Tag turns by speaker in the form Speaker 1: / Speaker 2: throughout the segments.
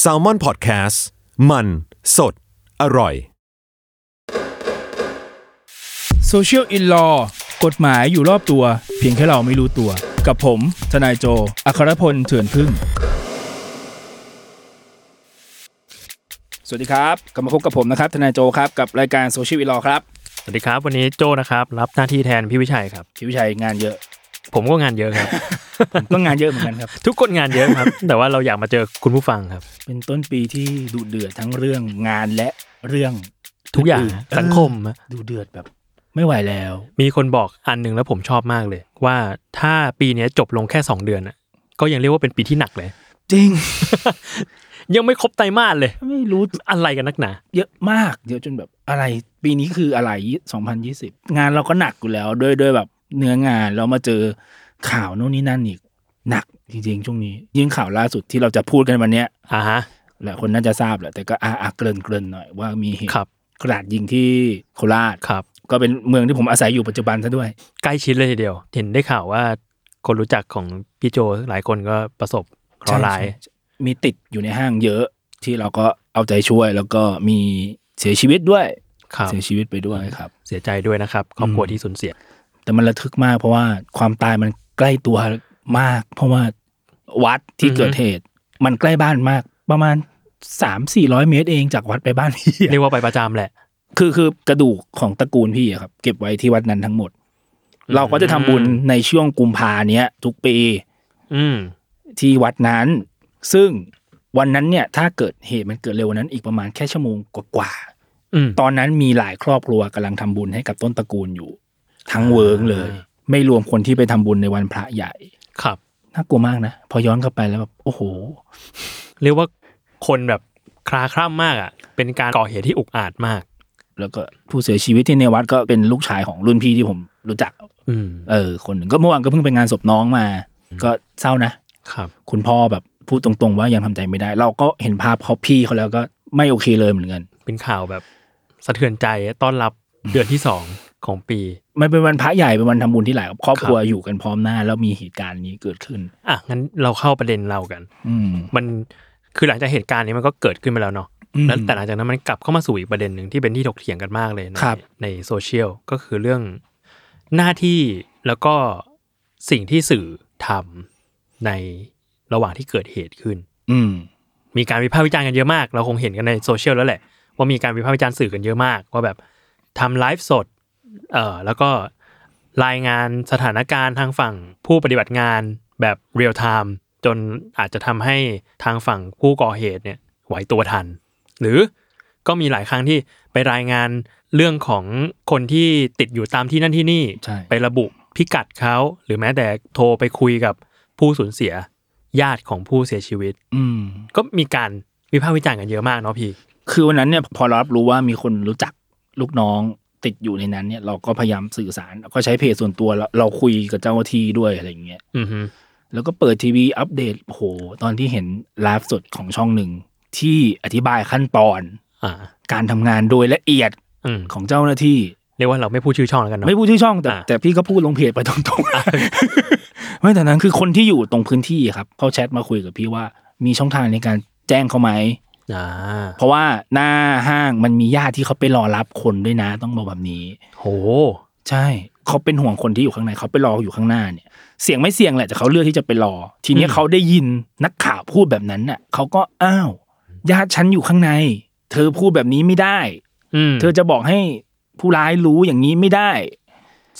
Speaker 1: แซลมอนพอดแคสต์มันสดอร่อย
Speaker 2: Social in Law กฎหมายอยู่รอบตัว เพียงแค่เราไม่รู้ตัว กับผม ทนายโจ อัครพลเถื่อนพึ่ง สวัสดีครับกลับมาพบกับผมนะครับ ทนายโจครับ กับรายการ Social in Law ครับ
Speaker 3: สวัสดีครับ วันนี้โจนะครับ รับหน้าที่แทนพี่วิชัยครับ
Speaker 2: พี่วิชัยงานเยอะ
Speaker 3: ผมก็งานเยอะครับ
Speaker 2: ผมก็งานเยอะเหมือนกันครับ
Speaker 3: ทุกคนงานเยอะครับ แต่ว่าเราอยากมาเจอคุณผู้ฟังครับ
Speaker 2: เป็นต้นปีที่ดูเดือดทั้งเรื่องงานและเรื่อง
Speaker 3: ทุกอย่าง
Speaker 2: นๆ
Speaker 3: สังคม
Speaker 2: เอ
Speaker 3: อะ
Speaker 2: อดูเดือดแบบ ไม่ไหวแล้ว
Speaker 3: มีคนบอกอันหนึ่งแล้วผมชอบมากเลย ว่าถ้าปีเนี้ยจบลงแค่ 2 เดือนน่ะก็ยังเรียกว่าเป็นปีที่หนักเลย
Speaker 2: จริง
Speaker 3: ยังไม่ครบไตรมาสเลย
Speaker 2: ไม่รู้
Speaker 3: อะไรกันนักหนา
Speaker 2: เยอะมากเยอะจนแบบอะไรปีนี้คืออะไร 2020 งานเราก็หนักอยู่แล้วด้วยด้วยแบบเนื้องานเรามาเจอข่าวโน่นนี่นั่นอีก หนักจริงๆช่วงนี้ ยิ่งข่าวล่าสุดที่เราจะพูดกันวันเนี้ย
Speaker 3: อ่าฮะ
Speaker 2: หลายคนน่าจะทราบแหละแต่ก็อาอาเกริ่นเกรินๆหน่อยว่ามีเหตุ
Speaker 3: ครับ
Speaker 2: กระดาษยิงที่โคราช
Speaker 3: ครับ
Speaker 2: ก็เป็นเมืองที่ผมอาศัยอยู่ปัจจุบันซะด้วย
Speaker 3: ใกล้ชิดเลยทีเดียว เห็นได้ข่าวว่าคนรู้จักของพี่โจหลายคนก็ประสบเคราะห์ร้าย
Speaker 2: ใช่ใช่มีติดอยู่ในห้างเยอะที่เราก็เอาใจช่วยแล้วก็มีเสียชีวิตด้วย
Speaker 3: ครับ
Speaker 2: เสียชีวิตไปด้วยครับ
Speaker 3: เสียใจด้วยนะครับครอบครัวที่สูญเสีย
Speaker 2: แต่มันระทึกมากเพราะว่าความตายมันใกล้ตัวมาก เพราะว่าวัดที่
Speaker 3: อือฮึ
Speaker 2: เกิดเหตุ มันใกล้บ้านมาก ประมาณสามสี่ร้อยเมตรเองจากวัดไปบ้านพี่อะ
Speaker 3: เรียกว่าไปประจำแหละ
Speaker 2: คือคือกระดูกของตระกูลพี่อะครับ เก็บไว้ที่วัดนั้นทั้งหมด เราก็จะทำบุญในช่วงกุมภาเนี้ย ทุกปี
Speaker 3: อืม
Speaker 2: ที่วัดนั้น ซึ่งวันนั้นเนี่ยถ้าเกิดเหตุมันเกิดเร็วกว่านั้นอีกประมาณแค่ชั่วโมงกว่า
Speaker 3: อืม
Speaker 2: ๆตอนนั้นมีหลายครอบครัวกำลังทำบุญให้กับต้นตระกูลอยู่ ทั้งเวิร์งเลย
Speaker 3: อ่า
Speaker 2: ไม่รวมคนที่ไปทำบุญในวันพระใหญ่
Speaker 3: ครับ
Speaker 2: น่ากลัวมากนะ พอย้อนกลับไปแล้วแบบโอ้โห
Speaker 3: เรียกว่าคนแบบคลาคร่ำมากอ่ะ เป็นการก่อเหตุที่อุกอาจมาก
Speaker 2: แล้วก็ผู้เสียชีวิตที่ในวัดก็เป็นลูกชายของรุ่นพี่ที่ผมรู้จัก
Speaker 3: อืม
Speaker 2: เออ คนหนึ่งก็เมื่อวานก็เพิ่งไปงานศพน้องมา ก็เศร้านะ
Speaker 3: ครับ
Speaker 2: คุณพ่อแบบพูดตรงๆ ว่ายังทำใจไม่ได้ เราก็เห็นภาพเขาพี่เขาแล้วก็ไม่โอเคเลยเหมือนกัน
Speaker 3: เป็นข่าวแบบสะเทือนใจต้อนรับเดือนที่สองของปี
Speaker 2: มันเป็นวันพระใหญ่เป็นวันทำบุญที่หลายครอบครัวอยู่กันพร้อมหน้า แล้วมีเหตุการณ์นี้เกิดขึ้น
Speaker 3: อ่ะ งั้นเราเข้าประเด็นเรากัน
Speaker 2: อืม
Speaker 3: มันคือหลังจากเหตุการณ์นี้มันก็เกิดขึ้นไปแล้วเนาะ
Speaker 2: อืม
Speaker 3: แล้วแต่หลังจากนั้นมันกลับเข้ามาสู่อีกประเด็นหนึ่งที่เป็นที่ถกเถียงกันมากเลยใน
Speaker 2: ครับ
Speaker 3: ในโซเชียลก็คือเรื่องหน้าที่แล้วก็สิ่งที่สื่อทำในระหว่างที่เกิดเหตุขึ้น
Speaker 2: อืม
Speaker 3: มีการวิพากษ์วิจารณ์กันเยอะมาก เราคงเห็นกันในโซเชียลแล้วแหละ ว่ามีการวิพากษ์วิจารณ์สื่อกันเยอะมาก ว่าแบบทำไลฟ์สดเอ่อแล้วก็รายงานสถานการณ์ทางฝั่งผู้ปฏิบัติงานแบบเรียลไทม์จนอาจจะทำให้ทางฝั่งผู้ก่อเหตุเนี่ยไหวตัวทัน หรือก็มีหลายครั้งที่ไปรายงานเรื่องของคนที่ติดอยู่ตามที่นั่นที่นี่
Speaker 2: ใช่
Speaker 3: ไประบุพิกัดเขาหรือแม้แต่โทรไปคุยกับผู้สูญเสียญาติของผู้เสียชีวิต
Speaker 2: อืม
Speaker 3: ก็มีการวิพากษ์วิจารณ์กันเยอะมากเนาะพี่
Speaker 2: คือวันนั้นเนี่ยพอเรารับรู้ว่ามีคนรู้จักลูกน้องติดอยู่ในนั้นเนี่ย เราก็พยายามสื่อสารก็ใช้เพจส่วนตัวเราเราคุยกับเจ้าหน้าที่ด้วยอะไรอย่างเงี้ย
Speaker 3: อือฮึ
Speaker 2: แล้วก็เปิดทีวีอัปเดตโอ้โหตอนที่เห็นไลฟ์สดของช่องหนึ่งที่อธิบายขั้นตอน
Speaker 3: อ่า
Speaker 2: การทำงานโดยละเอียด
Speaker 3: อืม
Speaker 2: ของเจ้าหน้าที่
Speaker 3: เรียกว่าเราไม่พูดชื่อช่องแล้วกันเนาะ
Speaker 2: ไม่พูดชื่อช่องแต่
Speaker 3: อ่า
Speaker 2: แต่พี่ก็พูดลงเพจไปตรงๆ ไม่แต่นั้นคือคนที่อยู่ตรงพื้นที่ครับเขาแชทมาคุยกับพี่ว่ามีช่องทางในการแจ้งเขาไหม
Speaker 3: อ่า
Speaker 2: เพราะว่าหน้าห้างมันมีญาติที่เขาไปรอรับคนด้วยนะต้องบอกแบบนี้
Speaker 3: โห
Speaker 2: ใช่เขาเป็นห่วงคนที่อยู่ข้างในเขาไปรออยู่ข้างหน้าเนี่ย เสียงไม่เสียงแหละแต่เขาเลือกที่จะไปรอ ทีเนี้ย
Speaker 3: อืม
Speaker 2: เขาได้ยินนักข่าวพูดแบบนั้นน่ะเขาก็อ้าวญาติฉันอยู่ข้างใน เธอพูดแบบนี้ไม่ได้
Speaker 3: อืม
Speaker 2: เธอจะบอกให้ผู้ร้ายรู้อย่างนี้ไม่ได้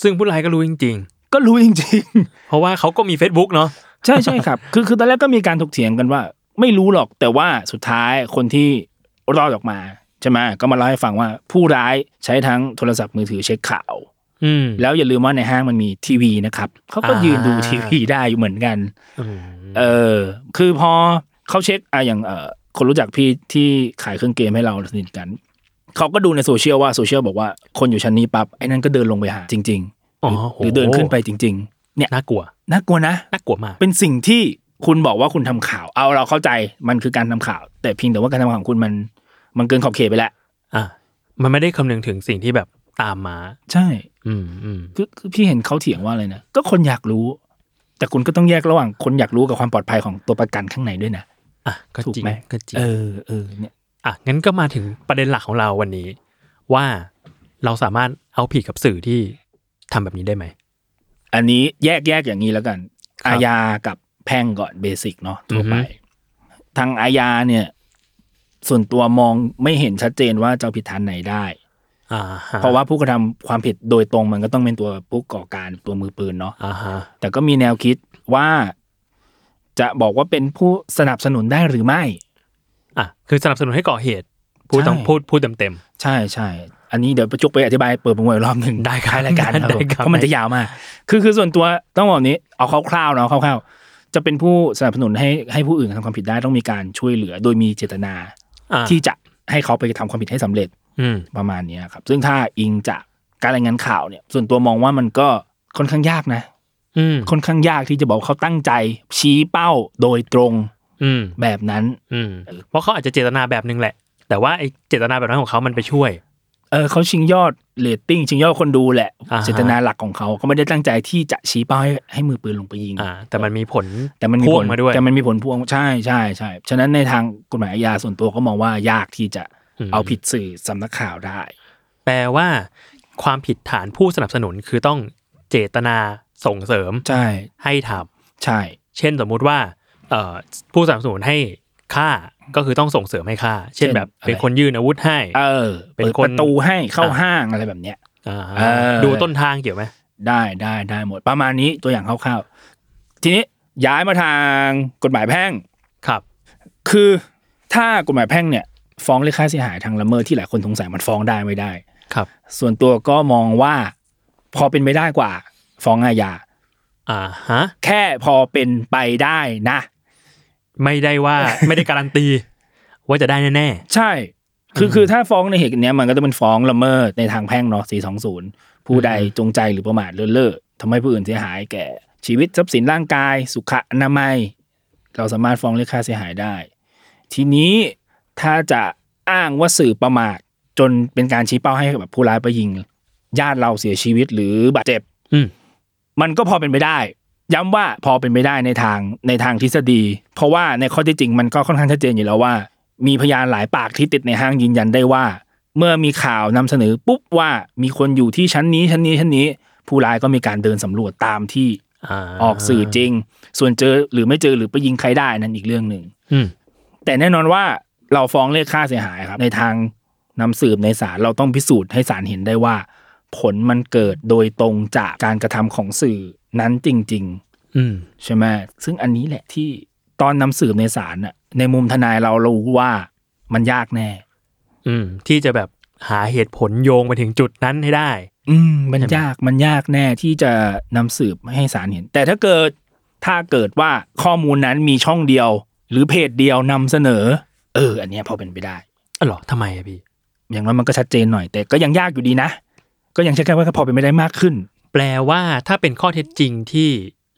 Speaker 3: ซึ่งผู้ร้ายก็รู้จริง
Speaker 2: ก็รู้จริง ๆ
Speaker 3: ๆ เพราะว่าเขาก็มี Facebook เนาะ
Speaker 2: ใช่ใช่ครับ คือคือตอนแรกก็มีการถกเถียงกันว่า ไม่รู้หรอกแต่ว่าสุดท้ายคนที่รอดออกมาใช่ไหมก็มาเล่าให้ฟังว่าผู้ร้ายใช้ทั้งโทรศัพท์มือถือเช็คข่าว
Speaker 3: อืม
Speaker 2: แล้วอย่าลืมว่าในห้างมันมีทีวีนะครับเขาก็
Speaker 3: อ่า
Speaker 2: ยื
Speaker 3: ยื
Speaker 2: นดูทีวีได้อยู่เหมือนกัน
Speaker 3: อืม
Speaker 2: เออ คือพอเขาเช็คอะอย่างเออคนรู้จักพี่ที่ขายเครื่องเกมให้เราสนิทกันเขาก็ดูในโซเชียลว่าโซเชียลบอกว่าคนอยู่ชั้นนี้ปั๊บไอ้นั่นก็เดินลงไปหาจริง
Speaker 3: อ๋อ
Speaker 2: ๆหรือเดินขึ้นไปจริง ๆ เนี่ย
Speaker 3: น่ากลัว
Speaker 2: น่ากลัวนะ
Speaker 3: น่ากลัวมาก
Speaker 2: เป็นสิ่งที่คุณบอกว่าคุณทำข่าว เอาเราเข้าใจมันคือการทำข่าว แต่เพียงแต่ว่าการทำข่าวของคุณมัน มันเกินขอบเขตไปแล้ว
Speaker 3: อ่ะมันไม่ได้คำนึงถึงสิ่งที่แบบตามมา
Speaker 2: ใช่
Speaker 3: อืมอืม
Speaker 2: คือคือพี่เห็นเขาเถียงว่าอะไรนะ ก็คนอยากรู้ แต่คุณก็ต้องแยกระหว่างคนอยากรู้กับความปลอดภัยของตัวประกันข้างในด้วยนะ
Speaker 3: อ่ะก็
Speaker 2: ถูก
Speaker 3: จริง
Speaker 2: ไหม
Speaker 3: ก็จริง
Speaker 2: เออเออเนี่ย
Speaker 3: อ่ะงั้นก็มาถึงประเด็นหลักของเราวันนี้ ว่าเราสามารถเอาผิดกับสื่อที่ทำแบบนี้ได้ไหม
Speaker 2: อันนี้แยกแยกอย่างนี้แล้วกัน
Speaker 3: ครับ
Speaker 2: อาญากับแพ่งก่อนเบสิกเนาะทั่วไป
Speaker 3: อือฮึ
Speaker 2: ทางอาญาเนี่ย ส่วนตัวมองไม่เห็นชัดเจนว่าจะเอาผิดฐานไหนได้
Speaker 3: อ่าฮ
Speaker 2: เพราะว่าผู้กระทำความผิดโดยตรงมันก็ต้องเป็นตัวผู้ก่อการตัวมือปืนเนาะ
Speaker 3: อ่าฮะ
Speaker 2: แต่ก็มีแนวคิดว่าจะบอกว่าเป็นผู้สนับสนุนได้หรือไม่
Speaker 3: อ่ะคือสนับสนุนให้ก่อเหตุพูดต้อง
Speaker 2: ใช่
Speaker 3: พูดพูดเต็มเต็ม
Speaker 2: ใช่ใช่อันนี้เดี๋ยวประจุกไปอธิบายเปิดประมวลรอบหนึ่ง
Speaker 3: ได้ครับ
Speaker 2: ท้ายรายการครับ
Speaker 3: ได้
Speaker 2: ผม
Speaker 3: ครับ
Speaker 2: เพราะมันจะยาวมาก คือคือส่วนตัวต้องบอกนี้เอาคร่าวๆเนาะคร่าวๆจะเป็นผู้สนับสนุนให้ให้ผู้อื่นกระทำความผิดได้ต้องมีการช่วยเหลือ โดยมีเจตนา
Speaker 3: ๆอ่า
Speaker 2: ที่จะให้เขาไปทำความผิดให้สำเร็จ
Speaker 3: อืม
Speaker 2: ประมาณเนี้ยครับ ซึ่งถ้าอิงจากการรายงานข่าวเนี่ย ส่วนตัวมองว่ามันก็ค่อนข้างยากนะ
Speaker 3: อืม
Speaker 2: ค่อนข้างยากที่จะบอกว่าเขาตั้งใจ ชี้เป้าโดยตรง
Speaker 3: อืม
Speaker 2: แบบนั้น
Speaker 3: อืมเพราะเขาอาจจะเจตนาแบบนึงแหละ แต่ว่าไอ้เจตนาแบบนั้นของเขามันไปช่วย
Speaker 2: เออเขาชิงยอดเรตติ้งชิงยอดคนดูแหละ
Speaker 3: อ่าฮะ
Speaker 2: เจตนาหลักของเขาเขาไม่ได้ตั้งใจที่จะชี้เป้าให้ให้มือปืนลงไปยิง
Speaker 3: อ่า แต่มันมีผล
Speaker 2: แต่มันมี
Speaker 3: พ่
Speaker 2: ผ
Speaker 3: วง
Speaker 2: ล
Speaker 3: มาด้วย
Speaker 2: แต่มันมีผลพวงใช่ใช่ใช่ฉะนั้นในทางกฎหมายอาญาส่วนตัวก็มองว่ายากที่จะ
Speaker 3: อืม
Speaker 2: เอาผิดสื่อสำนักข่าวได้
Speaker 3: แปลว่า ความผิดฐานผู้สนับสนุนคือต้องเจตนาส่งเสริม
Speaker 2: ใช่
Speaker 3: ให้ทำ
Speaker 2: ใช่
Speaker 3: เช่นสมมุติว่าเอ่อผู้สนับสนุนให้ฆ่าก็คือต้องส่งเสริมให้ฆ่า เช่นแบบเป็นคนยื่นอาวุธให้
Speaker 2: เออ
Speaker 3: เป็น
Speaker 2: เปิด
Speaker 3: คน
Speaker 2: ประตูให้เข้าห้างอะไรแบบเนี้ย
Speaker 3: อ่า
Speaker 2: เออ
Speaker 3: ดูต้นทางเกี่ยวไหม
Speaker 2: ได้ได้ได้หมดประมาณนี้ตัวอย่างคร่าวๆทีนี้ย้ายมาทางกฎหมายแพ่ง
Speaker 3: ครับ
Speaker 2: คือถ้ากฎหมายแพ่งเนี่ย ฟ้องเรียกค่าเสียหายทางละเมิดที่หลายคนสงสัยมันฟ้องได้ไม่ได้
Speaker 3: ครับ
Speaker 2: ส่วนตัวก็มองว่าพอเป็นไปได้กว่า ฟ้องอาญา
Speaker 3: อ่าฮะ
Speaker 2: แค่พอเป็นไปได้นะ
Speaker 3: ไม่ได้ ว่าไม่ได้การันตี ว่าจะได้แน่
Speaker 2: ใช่ คือคือถ้าฟ้องในเหตุเนี้ยมันก็จะเป็นฟ้องละเมิดในทางแพ่งเนาะ420 ผู้ใดจงใจหรือประมาทเลินเล่อทำให้ผู้อื่นเสียหายแก่ ชีวิตทรัพย์สินร่างกาย สุขอนามัย เราสามารถฟ้องเรียกค่าเสียหายได้ ทีนี้ถ้าจะอ้างว่าสื่อประมาทจนเป็นการชี้เป้าให้แบบผู้ร้ายไปยิง ญาติเราเสียชีวิตหรือบาดเจ็บ
Speaker 3: ๆอืม
Speaker 2: มันก็พอเป็นไปได้ ย้ำว่าพอเป็นไปได้ในทางในทางทฤษฎี เพราะว่าในข้อเที่จริงมันก็ค่อนข้างชัดเจนอยู่แล้วว่า มีพยานหลายปากที่ติดในห้างยืนยันได้ว่า เมื่อมีข่าวนำเสนอปุ๊บว่ามีคนอยู่ที่ชั้นนี้ชั้นนี้ชั้นนี้ ผู้ร้ายก็มีการเดินสำรวจตามที่
Speaker 3: า
Speaker 2: ออกสื่อจริง ส่วนเจอหรือไม่เจอหรือไปยิงใครได้นั่นอีกเรื่องหนึ่ง
Speaker 3: อืม
Speaker 2: แต่แน่นอนว่าเราฟ้องเรียกค่าเสียหายครับ ในทางนำสืบในศาลเราต้องพิสูจน์ให้ศาลเห็นได้ว่า ผลมันเกิดโดยตรงจากการกระทำของสื่อนั้นจริง
Speaker 3: อืม
Speaker 2: ๆ ใช่ไหมซึ่งอันนี้แหละที่ตอนนำสืบในศาลน่ะในมุมทนายเรารู้ว่ามันยากแน่
Speaker 3: อืมที่จะแบบหาเหตุผลโยงไปถึงจุดนั้นให้ได้
Speaker 2: อืมมัน
Speaker 3: ใช่ไหม
Speaker 2: ยากมันยากแน่ที่จะนำสืบให้ศาลเห็น แต่ถ้าเกิดถ้าเกิดว่าข้อมูลนั้นมีช่องเดียว หรือเพจเดียวนำเสนอ เออ อันเนี้ยพอเป็นไปได้
Speaker 3: อ๋อเหรอทำไมอะพี่
Speaker 2: อย่างน้อยมันก็ชัดเจนหน่อยแต่ก็ยังยากอยู่ดีนะ ก็ยังใช้คำว่าพอเป็นไม่ได้มากขึ้น
Speaker 3: แปลว่าถ้าเป็นข้อเท็จจริงที่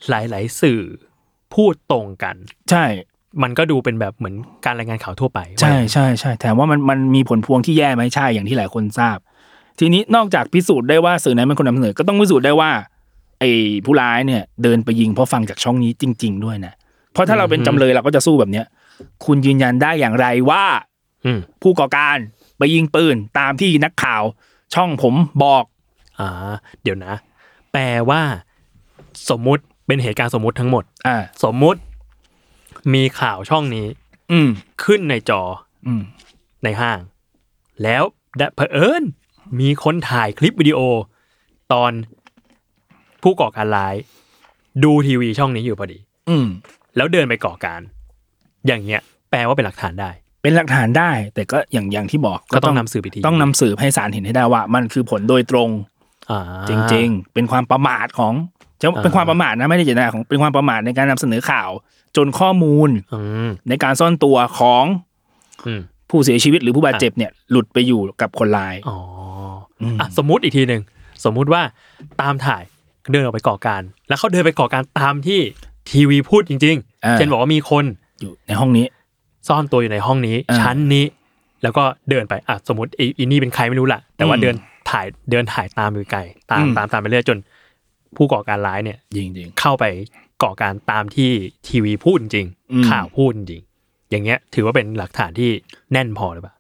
Speaker 3: หลาย ๆ สื่อพูดตรงกัน
Speaker 2: ใช่
Speaker 3: มันก็ดูเป็นแบบเหมือนการรายงานข่าวทั่วไป
Speaker 2: ใช่
Speaker 3: ว่า
Speaker 2: ใช่ใช่แต่ว่ามันมันมีผลพวงที่แย่ไหมใช่อย่างที่หลายคนทราบ ทีนี้นอกจากพิสูจน์ได้ว่าสื่อนั้นเป็นคนนำเสนอก็ต้องพิสูจน์ได้ว่าไอ้ผู้ร้ายเนี่ย เดินไปยิงเพราะฟังจากช่องนี้จริง ๆ ด้วยนะเพราะถ้าเราเป็นจำเลยเราก็จะสู้แบบเนี้ย คุณยืนยันได้อย่างไรว่า
Speaker 3: อืม
Speaker 2: ผู้ก่อการไปยิงปืนตามที่นักข่าว ช่องผมบอก
Speaker 3: อ่า เดี๋ยวนะ แปลว่า สมมุติเป็นเหตุการณ์สมมุติทั้งหมด
Speaker 2: อ่า
Speaker 3: สมมุติ มีข่าวช่องนี้
Speaker 2: อืม
Speaker 3: ขึ้นในจอ
Speaker 2: อืม
Speaker 3: ในห้าง แล้วดะเผอิญมีคนถ่ายคลิปวิดีโอ ตอนผู้ก่อการร้าย ดูทีวีช่องนี้อยู่พอดี
Speaker 2: อืม
Speaker 3: แล้วเดินไปก่อการ อย่างเงี้ย แปลว่าเป็นหลักฐานได้
Speaker 2: เป็นหลักฐานได้ แต่ก็อย่างอย่างที่บอก
Speaker 3: ก็ต้องนำสืบอีกที
Speaker 2: ต้องนำสืบให้ศาลเห็นให้ได้ว่า มันคือผลโดยตรง
Speaker 3: อ่า
Speaker 2: จริง ๆ เป็นความประมาทของจะ
Speaker 3: อ่า
Speaker 2: เป็นความประมาทนะไม่ได้เจตนาของเป็นความประมาทในการนำเสนอข่าว จนข้อมูล
Speaker 3: อืม
Speaker 2: ในการซ่อนตัวของ
Speaker 3: อืม
Speaker 2: ผู้เสียชีวิตหรือผู้บาดเจ็บเนี่ยหลุดไปอยู่กับคนร้าย
Speaker 3: อ๋ออ
Speaker 2: ม
Speaker 3: อ่ะสมมุติอีกทีหนึ่งสมมุติว่าตามถ่ายเดินออกไปก่อการ แล้วเขาเดินไปก่อการตามที่ทีวีพูดจริง
Speaker 2: อ่า
Speaker 3: ๆ เช่นบอกว่ามีคน
Speaker 2: อยู่ในห้องนี้
Speaker 3: ซ่อนตัวอยู่ในห้องนี้
Speaker 2: อ่า
Speaker 3: ชั้นนี้ แล้วก็เดินไปอ่ะสมมติไอ้อีนี่เป็นใครไม่รู้ละแต่ว่า
Speaker 2: อืม
Speaker 3: เดินถ่ายเดินถ่ายตามอยู่ไกลตาม
Speaker 2: อืม
Speaker 3: ตามตามไปเรื่อยจน ผู้ก่อการร้ายเนี่ย
Speaker 2: จริง
Speaker 3: เข้าไปก่อการตามที่ทีวีพูดจริง
Speaker 2: อืม
Speaker 3: ข่าวพูดจริง อย่างเงี้ย ถือว่าเป็นหลักฐานที่แน่นพอหรือเปล่า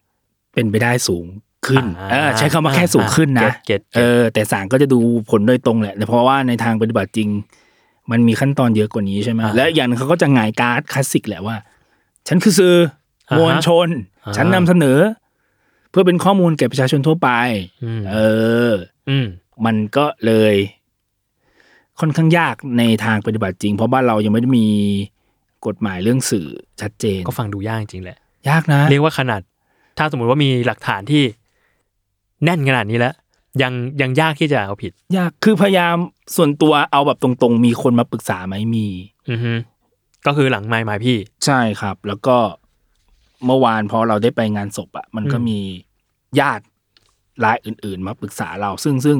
Speaker 2: เป็นไปได้สูงขึ้น
Speaker 3: อ่า
Speaker 2: เออใช้คำว่าแค่สูงขึ้นนะ
Speaker 3: อ่าเก็ตเก็ต
Speaker 2: เออ แต่ศาลก็จะดูผลโดยตรงแหละแต่เพราะว่าในทางปฏิบัติจริง มันมีขั้นตอนเยอะกว่านี้ใช่ไหมและอีกอย่างหนึ่งเขาก็จะหงายการ์ดคลาสสิกแหละว่า ฉันคือสื่ออ
Speaker 3: อ่าฮะ
Speaker 2: มวลชน
Speaker 3: อ่า
Speaker 2: ฉันนำเสนอ เพื่อเป็นข้อมูลแก่ประชาชนทั่วไป
Speaker 3: อืม
Speaker 2: เออ
Speaker 3: อืม
Speaker 2: มันก็เลย ค่อนข้างยากในทางปฏิบัติจริง เพราะบ้านเรายังไม่ได้มีกฎหมายเรื่องสื่อชัดเจน
Speaker 3: ก็ฟังดูยากจริงแหละ
Speaker 2: ยากนะ
Speaker 3: เรียกว่าขนาด ถ้าสมมุติว่ามีหลักฐานที่แน่นขนาดนี้แล้ว ยังยังยากที่จะเอาผิด
Speaker 2: ยากคือพยายามส่วนตัวเอาแบบตรงๆ มีคนมาปรึกษาไหมมี
Speaker 3: อือฮึก็คือหลังไมค์หมายพี่
Speaker 2: ใช่ครับ แล้วก็เมื่อวานพอเราได้ไปงานศพอะมันก็
Speaker 3: อืม
Speaker 2: มีญาติรายอื่น ๆ มาปรึกษาเรา ซึ่งซึ่ง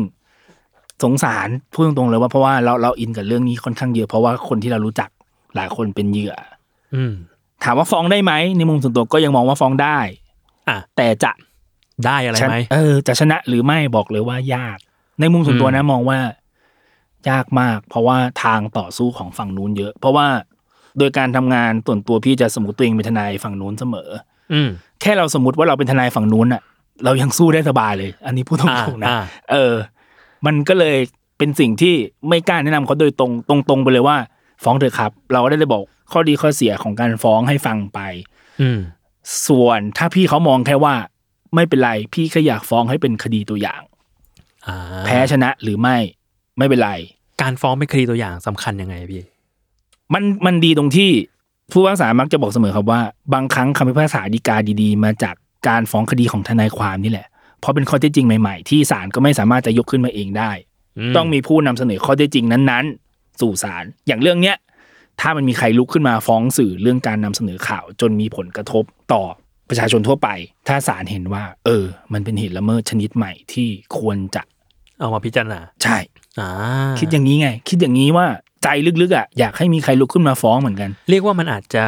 Speaker 2: สงสารพูดตรงๆเลยว่าเพราะว่าเราเราอินกับเรื่องนี้ค่อนข้างเยอะเพราะว่าคนที่เรารู้จักหลายคนเป็นเหยื่อ
Speaker 3: อืม
Speaker 2: ถามว่าฟ้องได้ไหมในมุมส่วนตัวก็ยังมองว่าฟ้องได้
Speaker 3: อ่ะ
Speaker 2: แต่จะ
Speaker 3: ได้อะไร
Speaker 2: ชนะ
Speaker 3: ไหม
Speaker 2: เออ จะชนะหรือไม่บอกเลยว่ายาก ในมุมส่วนตัว
Speaker 3: อืม
Speaker 2: นะมองว่ายากมาก เพราะว่าทางต่อสู้ของฝั่งนู้นเยอะ เพราะว่าโดยการทำงานส่วนตัวพี่จะสมมติตัวเองเป็นทนายฝั่งนู้นเสมอ
Speaker 3: อืม
Speaker 2: แค่เราสมมติว่าเราเป็นทนายฝั่งนู้นอ่ะ เรายังสู้ได้สบายเลย อันนี้พูดตรงๆนะ
Speaker 3: อ่าอ่า
Speaker 2: เออ มันก็เลยเป็นสิ่งที่ไม่กล้าแนะนำเขาโดยตรงตรงๆไปเลยว่า ฟ้องเถอะครับ เราก็ได้เลยบอกข้อดีข้อเสียของการฟ้องให้ฟังไป
Speaker 3: อืม
Speaker 2: ส่วนถ้าพี่เขามองแค่ว่า ไม่เป็นไร พี่แค่อยากฟ้องให้เป็นคดีตัวอย่าง
Speaker 3: อ่า
Speaker 2: แพ้ชนะหรือไม่ ไม่เป็นไร
Speaker 3: การฟ้องเป็นคดีตัวอย่างสำคัญยังไงพี่
Speaker 2: มันมันดีตรงที่ผู้พิพากษามักจะบอกเสมอครับว่า บางครั้งคำพิพากษาฎีกาดีๆ มาจากการฟ้องคดีของทนายความนี่แหละ เพราะเป็นข้อเท็จจริงใหม่ๆ ที่ศาลก็ไม่สามารถจะยกขึ้นมาเองได้ ต้องมีผู้นำเสนอข้อเท็จจริงนั้นๆ สู่ศาลอย่างเรื่องเนี้ยถ้ามันมีใครลุกขึ้นมาฟ้องสื่อเรื่องการนำเสนอข่าว จนมีผลกระทบต่อประชาชนทั่วไป ถ้าศาลเห็นว่า เออ มันเป็นเหตุละเมิดชนิดใหม่ที่ควรจะ
Speaker 3: เอามาพิจารณา
Speaker 2: ใช่
Speaker 3: อ่า
Speaker 2: คิดอย่างนี้ไง คิดอย่างนี้ว่าใจลึกๆอ่ะอยากให้มีใครลุกขึ้นมาฟ้องเหมือนกัน
Speaker 3: เรียกว่ามันอาจจะ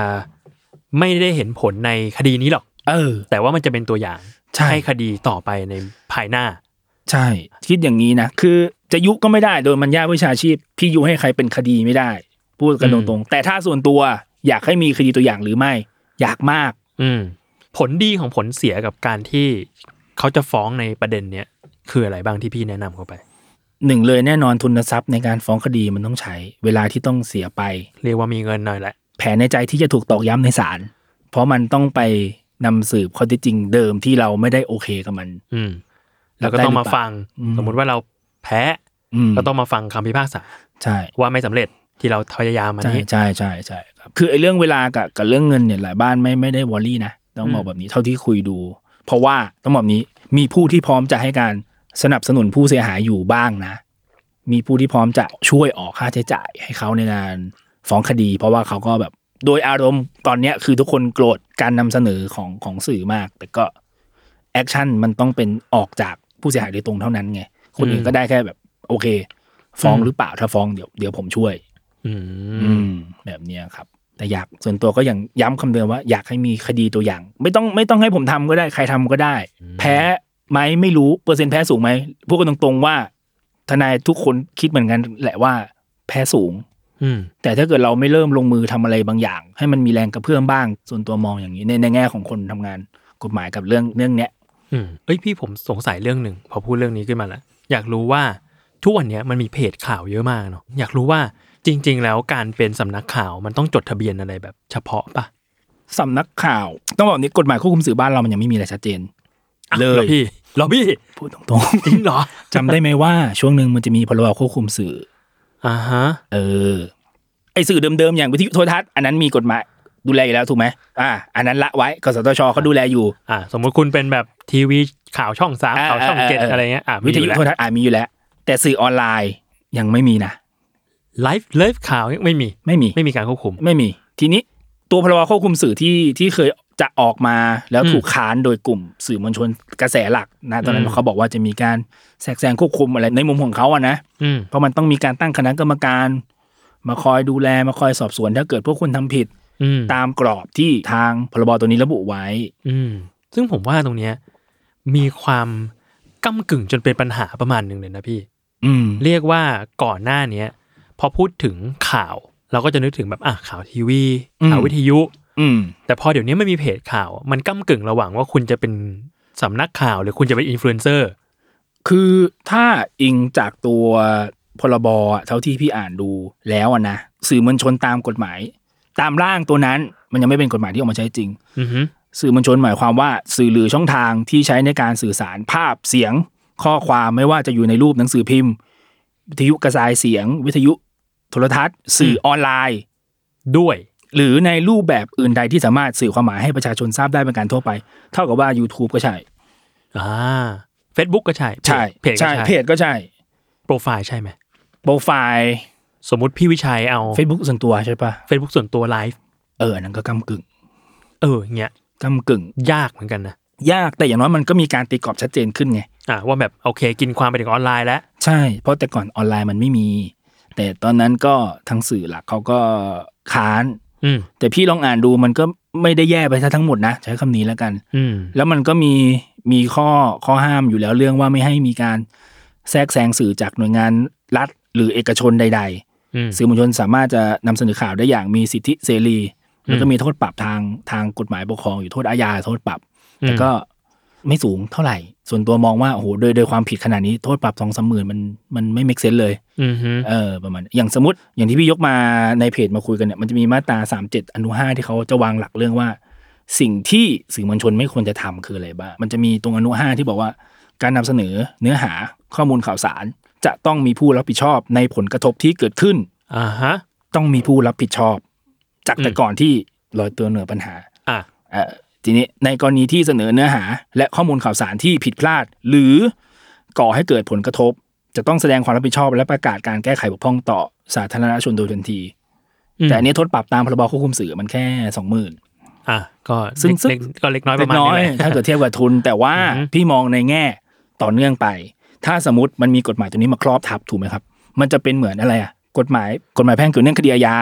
Speaker 3: ไม่ได้เห็นผลในคดีนี้หรอก
Speaker 2: เออ
Speaker 3: แต่ว่ามันจะเป็นตัวอย่าง
Speaker 2: ใช่
Speaker 3: คดีต่อไปในภายหน้า
Speaker 2: ใช่ คิดอย่างนี้นะ คือจะยุก็ไม่ได้โดยมันยากวิชาชีพ พี่ยุให้ใครเป็นคดีไม่ได้ พูดกัน
Speaker 3: อื
Speaker 2: ต
Speaker 3: ม
Speaker 2: รงๆ แต่ถ้าส่วนตัวอยากให้มีคดีตัวอย่างหรือไม่ อยากมาก
Speaker 3: อืม ผลดีของผลเสียกับการที่เขาจะฟ้องในประเด็นเนี้ยคืออะไรบ้างที่พี่แนะนำเข้าไป
Speaker 2: หนึ่งเลยแน่นอนทุนทรัพย์ในการฟ้องคดีมันต้องใช้ เวลาที่ต้องเสียไป
Speaker 3: เรียกว่ามีเงินหน่อยแหละ
Speaker 2: แผนในใจที่จะถูกตอกย้ำในศาลเพราะมันต้องไปนำสืบข้อเท็จจริงเดิมที่เราไม่ได้โอเคกับมัน
Speaker 3: อืม แล้วก็ต้องมาฟัง
Speaker 2: อืม
Speaker 3: สมมุติว่าเราแพ้
Speaker 2: อืม
Speaker 3: ก็ต้องมาฟังคำพิพากษา
Speaker 2: ใช่
Speaker 3: ว่าไม่สำเร็จที่เราพยายามมา
Speaker 2: ใช่
Speaker 3: นี้
Speaker 2: ใช่ใช่ใช่ครับคือไอ้เรื่องเวลากับกับเรื่องเงินเนี่ยหลายบ้านไม่ไม่ได้วอรี่นะต้องบอ
Speaker 3: อื
Speaker 2: ก
Speaker 3: ม
Speaker 2: แบบนี้เท่าที่คุยดู เพราะว่าต้องบอกแบบนี้มีผู้ที่พร้อมจะให้การสนับสนุนผู้เสียหายอยู่บ้างนะ มีผู้ที่พร้อมจะช่วยออกค่าใช้จ่ายให้เขาในงานฟ้องคดี เพราะว่าเขาก็แบบโดยอารมณ์ตอนเนี้ยคือทุกคนโกรธการนำเสนอของของสื่อมาก แต่ก็แอคชั่นมันต้องเป็นออกจากผู้เสียหายโดยตรงเท่านั้นไงคนอื่นก็ได้แค่แบบ โอเค ฟ้องหรือเปล่าถ้าฟ้องเดี๋ยวเดี๋ยวผมช่วย
Speaker 3: อื
Speaker 2: อื
Speaker 3: ม
Speaker 2: มแบบเนี้ยครับ แต่อยากส่วนตัวก็ยังย้ำคำเดิมว่าอยากให้มีคดีตัวอย่าง ไม่ต้องไม่ต้องให้ผมทำก็ได้ใครทำก็ได้ แพ้ไหมไม่รู้เปอร์เซ็นต์แพ้สูงไหมพูดกันตรงๆว่า ทนายทุกคนคิดเหมือนกันแหละว่าแพ้สูง
Speaker 3: อืม
Speaker 2: แต่ถ้าเกิดเราไม่เริ่มลงมือทำอะไรบางอย่าง ให้มันมีแรงกระเพื่อมบ้าง ส่วนตัวมองอย่างนี้ในในแง่ของคนทำงานกฎหมายกับเรื่องเรื่องเนี้ย
Speaker 3: อืมเอ้ยพี่ผมสงสัยเรื่องหนึ่งพอพูดเรื่องนี้ขึ้นมาแล้วอยากรู้ว่าทุกวันเนี้ยมันมีเพจข่าวเยอะมากเนาะอยากรู้ว่าจริง ๆ แล้วการเป็นสำนักข่าวมันต้องจดทะเบียนอะไรแบบ เฉพาะปะ
Speaker 2: สำนักข่าว ต้องบอกนี้กฎหมายควบคุมสื่อบ้านเรามันยังไม่มีอะไรชัดเจน
Speaker 3: อ้าว
Speaker 2: เลย
Speaker 3: หรอพี่เหรอพี่
Speaker 2: พูดตรง
Speaker 3: จริง เหรอ
Speaker 2: ๆ จำได้ไหมว่าช่วงหนึ่งมันจะมีพรบควบคุมสื่อ
Speaker 3: อ่าฮะ
Speaker 2: เออ ไอสื่อเดิมๆ อย่างวิทยุโทรทัศน์อันนั้นมีกฎหมายดูแลอยู่แล้วถูกไหมอ่าอันนั้นละไว้กสทชเขาดูแลอยู่
Speaker 3: อ่า สมมุติคุณเป็นแบบทีวีข่าวช่องสาม
Speaker 2: อ่า
Speaker 3: ข่าวช่อง
Speaker 2: อ่า
Speaker 3: เจ็ด
Speaker 2: อ่า
Speaker 3: อะไรเงี้ยอ่า
Speaker 2: วิทยุโทรทัศน์อ่ามีอยู่แล้ว แต่สื่อออนไลน์ยังไม่มีนะ
Speaker 3: ไลฟ์ไลฟ์ข่าวเนี่ยไม่มี
Speaker 2: ไม่มี
Speaker 3: ไม่มีการควบคุม
Speaker 2: ไม่มี ทีนี้ตัวพรบควบคุมสื่อที่ที่เคยจะออกมาแล้ว
Speaker 3: อืม
Speaker 2: ถูกค้านโดยกลุ่มสื่อมวลชนกระแสหลักนะตอนนั้
Speaker 3: อื
Speaker 2: น
Speaker 3: ม
Speaker 2: เขาบอกว่าจะมีการแทรกแซงควบคุมอะไรในมุมของเขาอะนะ
Speaker 3: อืม
Speaker 2: เพราะมันต้องมีการตั้งคณะกรรมการ มาคอยดูแลมาคอยสอบสวน ถ้าเกิดพวกคุณทำผิด
Speaker 3: อืม
Speaker 2: ตามกรอบที่ทางพรบตัวนี้ระบุไว้
Speaker 3: อืมซึ่งผมว่าตรงเนี้ยมีความก้ากึ่งจนเป็นปัญหาประมาณหนึ่งเลยนะพี่
Speaker 2: อืม
Speaker 3: เรียกว่าก่อนหน้าเนี้ยพอพูดถึงข่าว เราก็จะนึกถึงแบบอ่ะข่าวทีวี ข่าว
Speaker 2: อืม
Speaker 3: วิทยุ
Speaker 2: อืม
Speaker 3: แต่พอเดี๋ยวนี้ไม่มีเพจข่าวอะมันก้ากึ่งระหว่างว่าคุณจะเป็นสำนักข่าวหรือคุณจะเป็นอินฟลูเอนเซอร์
Speaker 2: คือถ้าอิงจากตัวพรบอะเท่าที่พี่อ่านดูแล้วอะนะสื่อมวลชนตามกฎหมาย ตามร่างตัวนั้นมันยังไม่เป็นกฎหมายที่ออกมาใช้จริง
Speaker 3: อือฮึ
Speaker 2: สื่อมวลชนหมายความว่าสื่อหรือช่องทางที่ใช้ในการสื่อสารภาพเสียง ข้อความไม่ว่าจะอยู่ในรูปหนังสือพิมพ์ วิทยุกระจายเสียง วิทยุโทรทัศน์ สื่อออนไลน์
Speaker 3: ด้วย
Speaker 2: หรือในรูปแบบอื่นใดที่สามารถสื่อความหมายให้ประชาชนทราบได้เป็นการทั่วไป เท่ากับว่า YouTube ก็ใช่
Speaker 3: อ่า Facebook ก็ใช่
Speaker 2: ใช่
Speaker 3: เพจก็
Speaker 2: ใช่
Speaker 3: ใช่
Speaker 2: เพจก็ใช่
Speaker 3: โปรไฟล์ใช่ไหม
Speaker 2: โปรไฟล์
Speaker 3: สมมุติพี่วิชัยเอา
Speaker 2: Facebook ส่วนตัวใช่ปะ
Speaker 3: Facebook ส่วนตัวไลฟ์
Speaker 2: เอออันนั้นก็กำกึ่ง
Speaker 3: เอออย่างเงี้ย
Speaker 2: กำกึ่ง
Speaker 3: ยากเหมือนกันนะ
Speaker 2: ยากแต่อย่างน้อยมันก็มีการตีกรอบชัดเจนขึ้นไง
Speaker 3: อ่าว่าแบบโอเคกินความไปถึงออนไลน์แล้ว
Speaker 2: ใช่ เพราะแต่ก่อนออนไลน์มันไม่มี แต่ตอนนั้นก็ทางสื่อหลักเขาก็ค้าน
Speaker 3: อืม
Speaker 2: แต่พี่ลองอ่านดูมันก็ไม่ได้แย่ไปซะทั้งหมดนะ ใช้คำนี้แล้วกัน
Speaker 3: อืม
Speaker 2: แล้วมันก็มีมีข้อข้อห้ามอยู่แล้วเรื่องว่าไม่ให้มีการแทรกแซงสื่อจากหน่วยงานรัฐ หรือเอกชนใด
Speaker 3: อืม
Speaker 2: ๆ สื่อมวลชนสามารถจะนำเสนอข่าวได้อย่างมีสิทธิเสรี แล้วก็มีโทษปรับทางทางกฎหมายปกครองอยู่โทษอาญาโทษปรับ แต่ก็ไม่สูงเท่าไหร่ ส่วนตัวมองว่าโอ้โหโดยโดยความผิดขนาดนี้โทษปรับสองสามหมื่นมันมันไม่เมกเซนเลย
Speaker 3: อืมฮึ
Speaker 2: เออประมาณอย่างสมมติอย่างที่พี่ยกมาในเพจมาคุยกันเนี่ยมันจะมีมาตราสามเจ็ดอนุห้าที่เขาจะวางหลักเรื่องว่า สิ่งที่สื่อมวลชนไม่ควรจะทำคืออะไรบ้างมันจะมีตรงอนุห้าที่บอกว่า การนำเสนอเนื้อหาข้อมูลข่าวสาร จะต้องมีผู้รับผิดชอบในผลกระทบที่เกิดขึ้น
Speaker 3: อ่าฮะ
Speaker 2: ต้องมีผู้รับผิดชอบ จากแต่
Speaker 3: อืม
Speaker 2: ก่อนที่ลอยตัวเหนือปัญหา
Speaker 3: อ่ะ
Speaker 2: เอ่อทีนี้ในกรณีที่เสนอเนื้อหา และข้อมูลข่าวสารที่ผิดพลาด หรือก่อให้เกิดผลกระทบ จะต้องแสดงความรับผิดชอบและประกาศการแก้ไขบกพร่องต่อสาธารณชนโดยทันที
Speaker 3: อืม
Speaker 2: แต่อันนี้โทษปรับตามพรบควบคุมสื่อมันแค่สองหมื่น
Speaker 3: อ่ะก็
Speaker 2: ซึ่งซึ่ง
Speaker 3: เล็กๆก็เล็กน้อยป
Speaker 2: เล็ก
Speaker 3: ระมาณ
Speaker 2: น้อ
Speaker 3: นี้
Speaker 2: ย
Speaker 3: แหละ
Speaker 2: ถ้าเกิดเทียบกับทุน แต่ว่า
Speaker 3: อือหือ
Speaker 2: พี่มองในแง่ต่อเนื่องไป ถ้าสมมติมันมีกฎหมายตัวนี้มาครอบทับถูกไหมครับ มันจะเป็นเหมือนอะไรอ่ะกฎหมายกฎหมายแพ่งเกี่ยวเนื่องคดีอาญา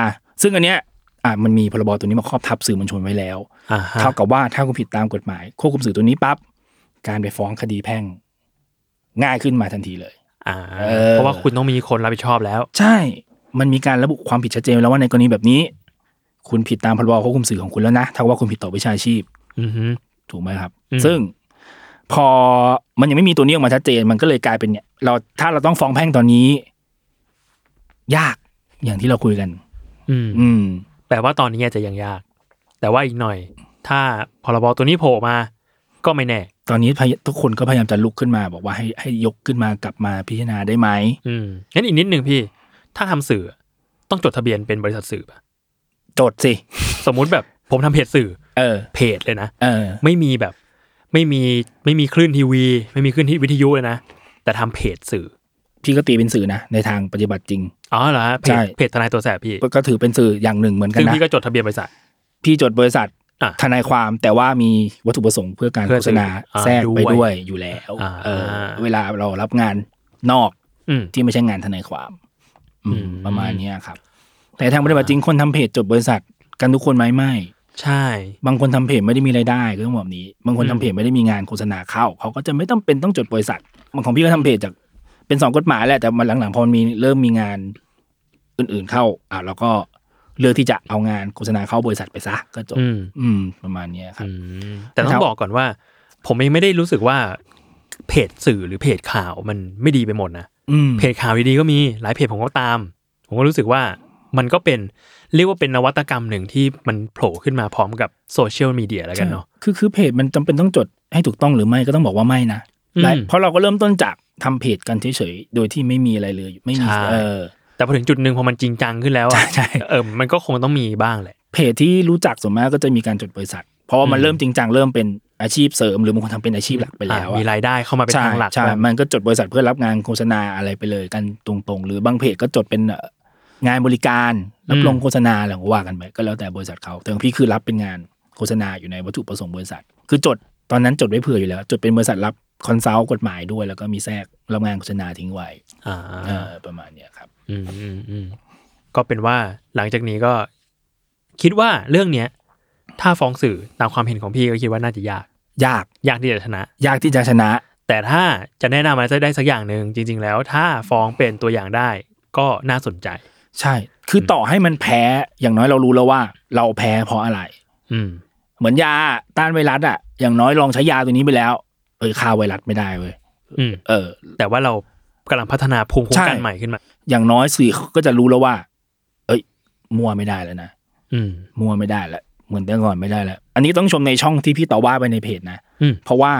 Speaker 2: ซึ่งอันเนี้ยอ่ะมันมีพรบตัวนี้มาครอบทับสื่อมวลชนไว้แล้ว
Speaker 3: อ่าฮะ
Speaker 2: เท่ากับว่าถ้าคุณผิดตามกฎหมาย ควบคุมสื่อตัวนี้ปั๊บการไปฟ้องคดีแพ่ง ง่ายขึ้นมาทันทีเลย
Speaker 3: อ่า
Speaker 2: เออ
Speaker 3: เพราะว่าคุณต้องมีคนรับผิดชอบแล้ว
Speaker 2: ใช่ มันมีการระบุความผิดชัดเจนแล้วว่าในกรณีแบบนี้ คุณผิดตามพรบควบคุมสื่อของคุณแล้วนะถ้าว่าคุณผิดต่อวิชาชีพ
Speaker 3: อืมฮึ
Speaker 2: ถูกไหมครับ
Speaker 3: อืม
Speaker 2: ซึ่งพอมันยังไม่มีตัวนี้ออกมาชัดเจน มันก็เลยกลายเป็นเนี่ย เราถ้าเราต้องฟ้องแพ่งตอนนี้ ยากอย่างที่เราคุยกัน
Speaker 3: อืม
Speaker 2: อืม
Speaker 3: แปลว่าตอนนี้อาจจะยังยาก แต่ว่าอีกหน่อย ถ้าพรบตัวนี้โผล่มา ก็ไม่แน่
Speaker 2: ตอนนี้พยทุกคนก็พยายามจะลุกขึ้นมา บอกว่าให้ให้ยกขึ้นมากลับมาพิจารณาได้ไหม
Speaker 3: อืมงั้นอีกนิดหนึ่งพี่ ถ้าทำสื่อต้องจดทะเบียนเป็นบริษัทสื่อป่ะ
Speaker 2: โจทย์สิ
Speaker 3: สมมุติแบบผมทำเพจสื่อ
Speaker 2: เออ
Speaker 3: เพจเลยนะ
Speaker 2: เออ
Speaker 3: ไม่มีแบบ ไม่มีไม่มีคลื่นทีวี ไม่มีคลื่นที่วิทยุเลยนะ แต่ทำเพจสื่อ
Speaker 2: พี่ก็ตีเป็นสื่อนะในทางปฏิบัติจริง
Speaker 3: อ๋อเหรอฮะเพ
Speaker 2: ใช่
Speaker 3: จเพจทนายตัวแสบพี่
Speaker 2: ก็ถือเป็นสื่ออย่างหนึ่งเหมือนกัน
Speaker 3: ซึ่ง
Speaker 2: นะ
Speaker 3: พี่ก็จดทะเบียนบริษัท
Speaker 2: พี่จดบริษัท
Speaker 3: อ่ะ
Speaker 2: ทนายความแต่ว่ามีวัตถุประสงค์เพื่อการ
Speaker 3: เพื่
Speaker 2: โฆ
Speaker 3: อ
Speaker 2: ษณา
Speaker 3: สื่ออ่า
Speaker 2: แทรกไป
Speaker 3: ด้วย
Speaker 2: ด้วยอยู่แล้ว
Speaker 3: อ่า
Speaker 2: เออ เวลาเรารับงานนอก
Speaker 3: อืม
Speaker 2: ที่ไม่ใช่งานทนายความ อืม
Speaker 3: อืม
Speaker 2: ประมาณเนี้ยครับ แต่ทางปฏิบัติจริงคนทำเพจจดบริษัทกันทุกคนไหมไม่
Speaker 3: ใช่
Speaker 2: บางคนทำเพจไม่ได้มีรายได้ก็ต้องแบบนี้ บางคน
Speaker 3: อืม
Speaker 2: ทำเพจไม่ได้มีงานโฆษณาเข้า เขาก็จะไม่ต้องเป็นต้องจดบริษัทบางของพี่ก็ทำเพจจากเป็นสองกฎหมายแหละแต่มาหลังๆพอมันมีเริ่มมีงานอื่นๆเข้าอ่ะเราก็เลือกที่จะเอางานโฆษณาเข้าบริษัทไปซะก็จบ
Speaker 3: อืม
Speaker 2: อืม ประมาณเนี้ยครับ
Speaker 3: อืมแต่ต้อ
Speaker 2: ครั
Speaker 3: ง
Speaker 2: บ
Speaker 3: บอกก่อนว่า ผมเองไม่ได้รู้สึกว่าเพจสื่อหรือเพจข่าวมันไม่ดีไปหมดนะ
Speaker 2: อืม
Speaker 3: เพจข่าวดีๆก็มีหลายเพจผมก็ตาม ผมก็รู้สึกว่ามันก็เป็นเรียกว่าเป็นนวัตกรรมหนึ่งที่มันโผล่ขึ้นมาพร้อมกับโซเชียลมีเดียแล้วกันเนาะ
Speaker 2: คือคือเพจมันจำเป็นต้องจดให้ถูกต้องหรือไม่ก็ต้องบอกว่าไม่นะ
Speaker 3: อืม
Speaker 2: หลายเพราะเราก็เริ่มต้นจากทำเพจกันเฉยๆโดยที่ไม่มีอะไรเลยไม่มี
Speaker 3: ใช่
Speaker 2: เออ
Speaker 3: แต่พอถึงจุดหนึ่งพอมันจริงจังขึ้นแล้วอะ
Speaker 2: ใช่ใช่
Speaker 3: เออมันก็คงต้องมีบ้างแหละ
Speaker 2: เพจที่รู้จักส่วนมากก็จะมีการจดบริษัท เพราะว่ามัน
Speaker 3: อืม
Speaker 2: เริ่มจริงจังเริ่มเป็นอาชีพเสริม หรือบางคนทำเป็นอาชีพหลักไปแล้ว
Speaker 3: อ่ะ
Speaker 2: อะ
Speaker 3: มีรายได้เข้ามาเป็น
Speaker 2: ใช่
Speaker 3: ทางหลัก
Speaker 2: ใช่
Speaker 3: บ้าง
Speaker 2: มันก็จดบริษัทเพื่อรับงานโฆษณาอะไรไปเลยกันตรงๆ หรือบางเพจก็จดเป็นเอ่องานบริการรับลงโฆษณาอะไรก็ว่ากันไปก็แล้วแต่บริษัทเขาแต่ของพี่คือรับเป็นงานโฆษณาอยู่ในวัตถุประสงค์บริษัท คือจดตอนนั้นจดไว้เผื่ออยู่แล้วจดเป็นบริษัทรับคอนซัลท์กฎหมายด้วย แล้วก็มีแทรกรับงานโฆษณาทิ้งไว้
Speaker 3: อ่า
Speaker 2: เออประมาณเนี้ยครับ
Speaker 3: อืมอืมอืมก็เป็นว่าหลังจากนี้ก็ คิดว่าเรื่องเนี้ย ถ้าฟ้องสื่อตามความเห็นของพี่ก็คิดว่าน่าจะยาก
Speaker 2: ยาก
Speaker 3: ยากที่จะชนะ
Speaker 2: ยากที่จะชนะ
Speaker 3: แต่ถ้าจะแนะนำอะไรได้สักอย่างหนึ่งจริง ๆ แล้ว ถ้าฟ้องเป็นตัวอย่างได้ก็น่าสนใจ
Speaker 2: ใช่ คือต่อให้มันแพ้ อย่างน้อยเรารู้แล้วว่า เราแพ้เพราะอะไร
Speaker 3: อืม
Speaker 2: เหมือนยาต้านไวรัสอ่ะอย่างน้อยลองใช้ยาตัวนี้ไปแล้ว เออฆ่าไวรัสไม่ได้เว้ย
Speaker 3: อืม
Speaker 2: เออ
Speaker 3: แต่ว่าเรากำลังพัฒนาภูมิคุ้มกัน
Speaker 2: ใช่
Speaker 3: ใหม่ขึ้นมา
Speaker 2: อย่างน้อยสื่อเขาก็จะรู้แล้วว่า เอ้ย มัวไม่ได้แล้วนะ
Speaker 3: อืม
Speaker 2: มัวไม่ได้แล้วเหมือนแต่ก่อนไม่ได้แล้วอันนี้ต้องชมในช่องที่พี่ต่อว่าไปในเพจนะ
Speaker 3: อืม
Speaker 2: เพราะว่า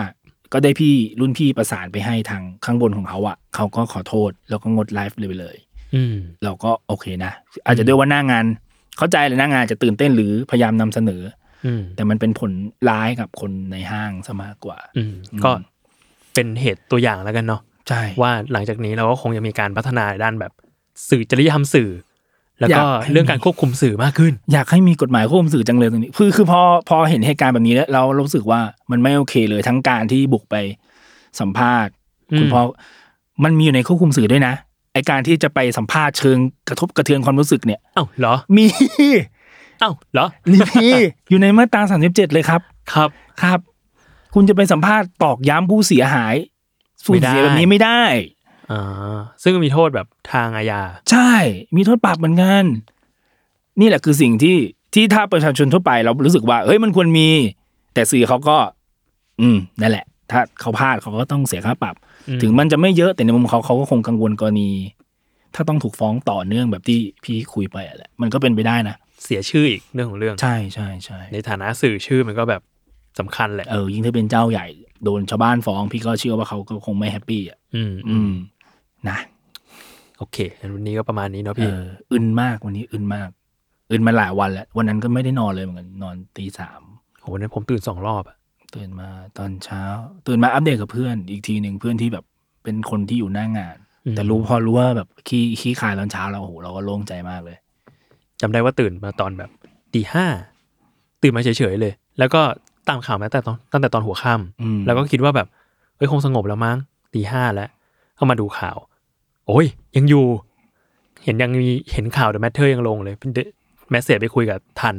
Speaker 2: ก็ได้พี่รุ่นพี่ประสานไปให้ทางข้างบนของเขาอะเขาก็ขอโทษแล้วก็งดไลฟ์เลยไปเลย
Speaker 3: อืม
Speaker 2: เราก็โอเคนะ อาจจะด้วยว่าหน้างาน เข้าใจเลยหน้างานจะตื่นเต้นหรือพยายามนำเสนอ
Speaker 3: อืม
Speaker 2: แต่มันเป็นผลร้ายกับคนในห้างซะมากกว่า
Speaker 3: อืม
Speaker 2: อืม
Speaker 3: ก็เป็นเหตุตัวอย่างแล้วกันเนาะ
Speaker 2: ใช่
Speaker 3: ว่าหลังจากนี้เราก็คงจะมีการพัฒนาด้านแบบสื่อจริยธรรมสื่อ แล้วก็
Speaker 2: อยากให้
Speaker 3: เรื่องการควบคุมสื่อมากขึ้น
Speaker 2: อยากให้มีกฎหมายควบคุมสื่อจังเลยตรงนี้ คือคือพอพอเห็นเหตุการณ์แบบนี้แล้วเรารู้สึกว่ามันไม่โอเคเลยทั้งการที่บุกไปสัมภาษณ์ คุณพ่อมันมีอยู่ในควบคุมสื่อด้วยนะไอการที่จะไปสัมภาษณ์เชิงกระทบกระเทือนความรู้สึกเนี่ย
Speaker 3: เอ้าเหรอ
Speaker 2: มี
Speaker 3: เอ้าเหรอ
Speaker 2: นี่พี่อยู่ในมาตราสามสิบเจ็ดเลยครับ
Speaker 3: ครับ
Speaker 2: ครับ คุณจะไปสัมภาษณ์ตอกย้ำผู้เสียหายสูญเสีย
Speaker 3: ไม่
Speaker 2: แบ
Speaker 3: ได้
Speaker 2: บนี้ไม่ได้
Speaker 3: อ่าซึ่งมีโทษแบบทางอาญา
Speaker 2: ใช่ มีโทษปรับเหมือนกัน นี่แหละคือสิ่งที่ที่ถ้าประชาชนทั่วไปเรารู้สึกว่า เฮ้ยมันควรมี แต่สื่อเขาก็ อืมนั่นแหละ ถ้าเขาพลาดเขาก็ต้องเสียค่าปรับ
Speaker 3: อืม
Speaker 2: ถึงมันจะไม่เยอะแต่ในมุมเขาเขาก็คงกังวลกรณี ถ้าต้องถูกฟ้องต่อเนื่องแบบที่พี่คุยไปอะแหละมันก็เป็นไปได้นะ
Speaker 3: เสียชื่ออีกเรื่องของเรื่อง
Speaker 2: ใช่ใช่ใช่
Speaker 3: ในฐานะสื่อชื่อมันก็แบบสำคัญแหละ
Speaker 2: เออยิ่งถ้าเป็นเจ้าใหญ่โดนชาวบ้านฟ้อง พี่ก็เชื่อว่าเขาก็คงไม่แฮปปี้อ่ะ
Speaker 3: อืม
Speaker 2: อืม นะ
Speaker 3: โอเคงั้นวันนี้ก็ประมาณนี้เนาะ
Speaker 2: เอ
Speaker 3: พี่
Speaker 2: ออึนมากวันนี้อึนมาก อึนมาหลายวันแล้ว วันนั้นก็ไม่ได้นอนเลยเหมือนกันนอนตีสาม
Speaker 3: โหวันนั้นผมตื่นสองรอบอะ
Speaker 2: ตื่นมาตอนเช้า ตื่นมาอัปเดตกับเพื่อนอีกทีหนึ่งเพื่อนที่แบบเป็นคนที่อยู่หน้างาน
Speaker 3: อืม
Speaker 2: แต่รู้พอรู้ว่าแบบขี้ขี้คายตอนเช้าเราโอ้โหเราก็โล่งใจมากเลย
Speaker 3: จำได้ว่าตื่นมาตอนแบบตีห้าตื่นมาเฉยๆเลย แล้วก็ตามข่าวมาตั้งแต่ตอนตั้งแต่ตอนหัวค่
Speaker 2: อืม
Speaker 3: ำแล้วก็คิดว่าแบบเอ้ยคงสงบแล้วมั้งตีห้าแล้วเข้ามาดูข่าว โอ้ย ยังอยู่ เห็นยังมีเห็นข่าวเดอะแมทเทอร์ยังลงเลยเป็นแมสเซจไปคุยกับทัน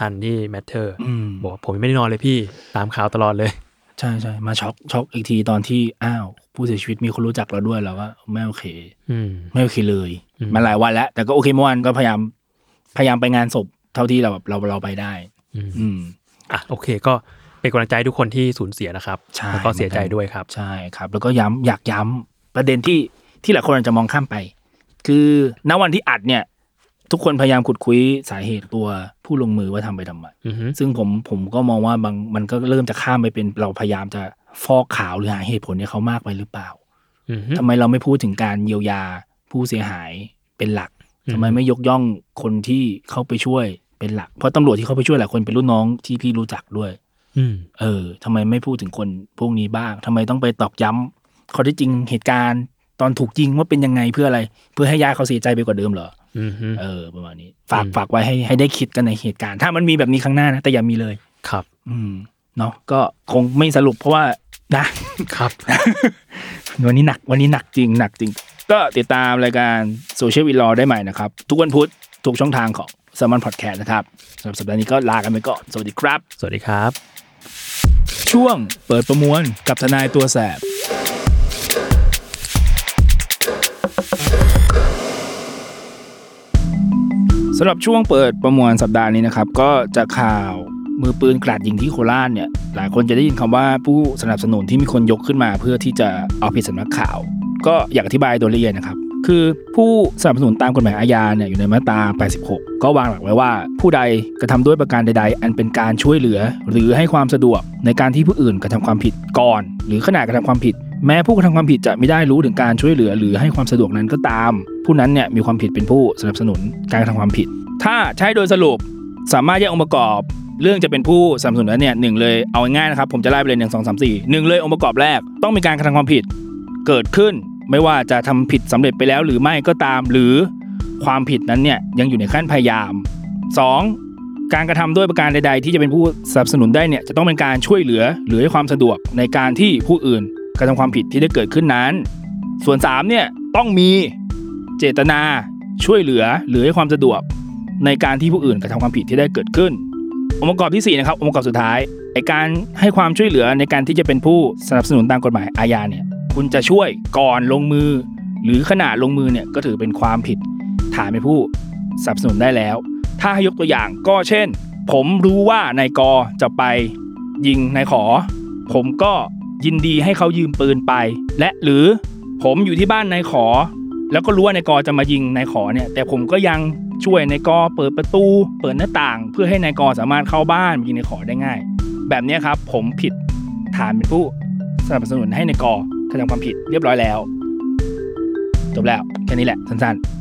Speaker 3: ทันที่แมทเทอร์
Speaker 2: อืม
Speaker 3: บอกว่าผมยังไม่ได้นอนเลยพี่ตามข่าวตลอดเลย
Speaker 2: ใช่ใช่มาช็อกช็อกอีกทีตอนที่อ้าวผู้เสียชีวิตมีคนรู้จักเราด้วยเราก็ไม่โอเค
Speaker 3: อืม
Speaker 2: ไม่โอเคเลย
Speaker 3: อืม
Speaker 2: มาหลายวันแล้ว แต่ก็โอเคเมื่อวานก็พยายาม พยายามไปงานศพเท่าที่เราแบบเราเราไปได้
Speaker 3: อืม
Speaker 2: อืม
Speaker 3: อ่ะโอเค ก็เป็นกำลังใจให้ทุกคนที่สูญเสียนะครับ
Speaker 2: ใช่
Speaker 3: แล้วก็เสียใจด้วยครับ
Speaker 2: ใช่ครับ แล้วก็ย้ำอยากย้ำประเด็นที่ที่หลายคนอาจจะมองข้ามไป คือณวันที่อัดเนี่ย ทุกคนพยายามขุดคุยสาเหตุตัวผู้ลงมือว่าทำไปทำไม
Speaker 3: อือฮึ
Speaker 2: ซึ่งผมผมก็มองว่าบางมันก็เริ่มจะข้ามไปเป็นเราพยายามจะฟอกข่าวหรือหาเหตุผลให้เขามากไปหรือเปล่า
Speaker 3: อือฮึ
Speaker 2: ทำไมเราไม่พูดถึงการเยียวยาผู้เสียหายเป็นหลัก
Speaker 3: อืม
Speaker 2: ทำไมไม่ยกย่องคนที่เข้าไปช่วยเป็นหลัก เพราะตำรวจที่เข้าไปช่วยหลายคนเป็นรุ่นน้องที่พี่รู้จักด้วย
Speaker 3: อืม
Speaker 2: เออทำไมไม่พูดถึงคนพวกนี้บ้างทำไมต้องไปตอกย้ำข้อเที่จริงเหตุการณ์ตอนถูกยิงว่าเป็นยังไงเพื่ออะไร เพื่อให้ญาติเขาเสียใจไปกว่าเดิมเหรอ
Speaker 3: อืมฮึ
Speaker 2: เออ ประมาณนี้ ฝากฝากไว้ให้ให้ได้คิดกันในเหตุการณ์ ถ้ามันมีแบบนี้ครั้งหน้านะ แต่อย่ามีเลย
Speaker 3: ครับ
Speaker 2: อืม เนาะก็คงไม่สรุปเพราะว่านะ
Speaker 3: ครับ
Speaker 2: วันนี้หนักวันนี้หนักจริงหนักจริง ก็ติดตามรายการโซเชียลวีลอได้ใหม่นะครับ ทุกวันพุธทุกช่องทางของสมอนพอดแคสต์นะครับสำหรับสัปดาห์นี้ก็ลากันไปก่อนสวัสดีครับ
Speaker 3: สวัสดีครับ
Speaker 2: ช่วงเปิดประมวลกับทนายตัวแสบสำหรับช่วงเปิดประมวลสัปดาห์นี้นะครับ ก็จะข่าวมือปืนกราดยิงที่โคราชเนี่ย หลายคนจะได้ยินคำว่าผู้สนับสนุนที่มีคนยกขึ้นมา เพื่อที่จะเอาผิดสำนักข่าว ก็อยากอธิบายโดยละเอียดนะครับ คือผู้สนับสนุนตามกฎหมายอาญาเนี่ยอยู่ในมาตรา 86 ก็วางหลักไว้ว่า ผู้ใดกระทำด้วยประการใด ๆ อันเป็นการช่วยเหลือ หรือให้ความสะดวกในการที่ผู้อื่นกระทำความผิดก่อน หรือขณะกระทำความผิด แม้ผู้กระทำความผิดจะไม่ได้รู้ถึงการช่วยเหลือ หรือให้ความสะดวกนั้นก็ตาม ผู้นั้นเนี่ยมีความผิดเป็นผู้สนับสนุนการกระทำความผิด ถ้าใช้โดยสรุป สามารถแยกองค์ประกอบ เรื่องจะเป็นผู้สนับสนุนนั้นเนี่ยหนึ่งเลยเอาง่ายๆนะครับ ผมจะไล่ไปเลยหนึ่งสองสามสี่หนึ่งเลยองค์ประกอบแรกต้องมีการกระทำความผิด เกิดขึ้นไม่ว่าจะทำผิดสำเร็จไปแล้วหรือไม่ก็ตาม หรือความผิดนั้นเนี่ยยังอยู่ในขั้นพยายาม 2. การกระทำด้วยประการใด ๆ ที่จะเป็นผู้สนับสนุนได้เนี่ยจะต้องเป็นการช่วยเหลือหรือให้ความสะดวกในการที่ผู้อื่นกระทำความผิดที่ได้เกิดขึ้นนั้น ส่วน3เนี่ยต้องมีเจตนาช่วยเหลือหรือให้ความสะดวกในการที่ผู้อื่นกระทำความผิดที่ได้เกิดขึ้น องค์ประกอบทีสี่4นะครับองค์ประกอบสุดท้ายไอการให้ความช่วยเหลือในการที่จะเป็นผู้สนับสนุนตามกฎหมายอาญาเนี่ยคุณจะช่วยก่อนลงมือ หรือขณะลงมือเนี่ยก็ถือเป็นความผิดฐานเป็นผู้สนับสนุนได้แล้ว ถ้าให้ยกตัวอย่างก็เช่น ผมรู้ว่านายกอจะไปยิงนายขอ ผมก็ยินดีให้เขายืมปืนไป และหรือผมอยู่ที่บ้านนายขอ แล้วก็รู้ว่านายกอจะมายิงนายขอเนี่ย แต่ผมก็ยังช่วยนายกอเปิดประตู เปิดหน้าต่าง เพื่อให้นายกอสามารถเข้าบ้านยิงนายขอได้ง่าย แบบเนี้ยครับ ผมผิดฐานเป็นผู้สนับสนุนให้นายกอกระทำความผิดเรียบร้อยแล้ว จบแล้วแค่นี้แหละสั้นๆ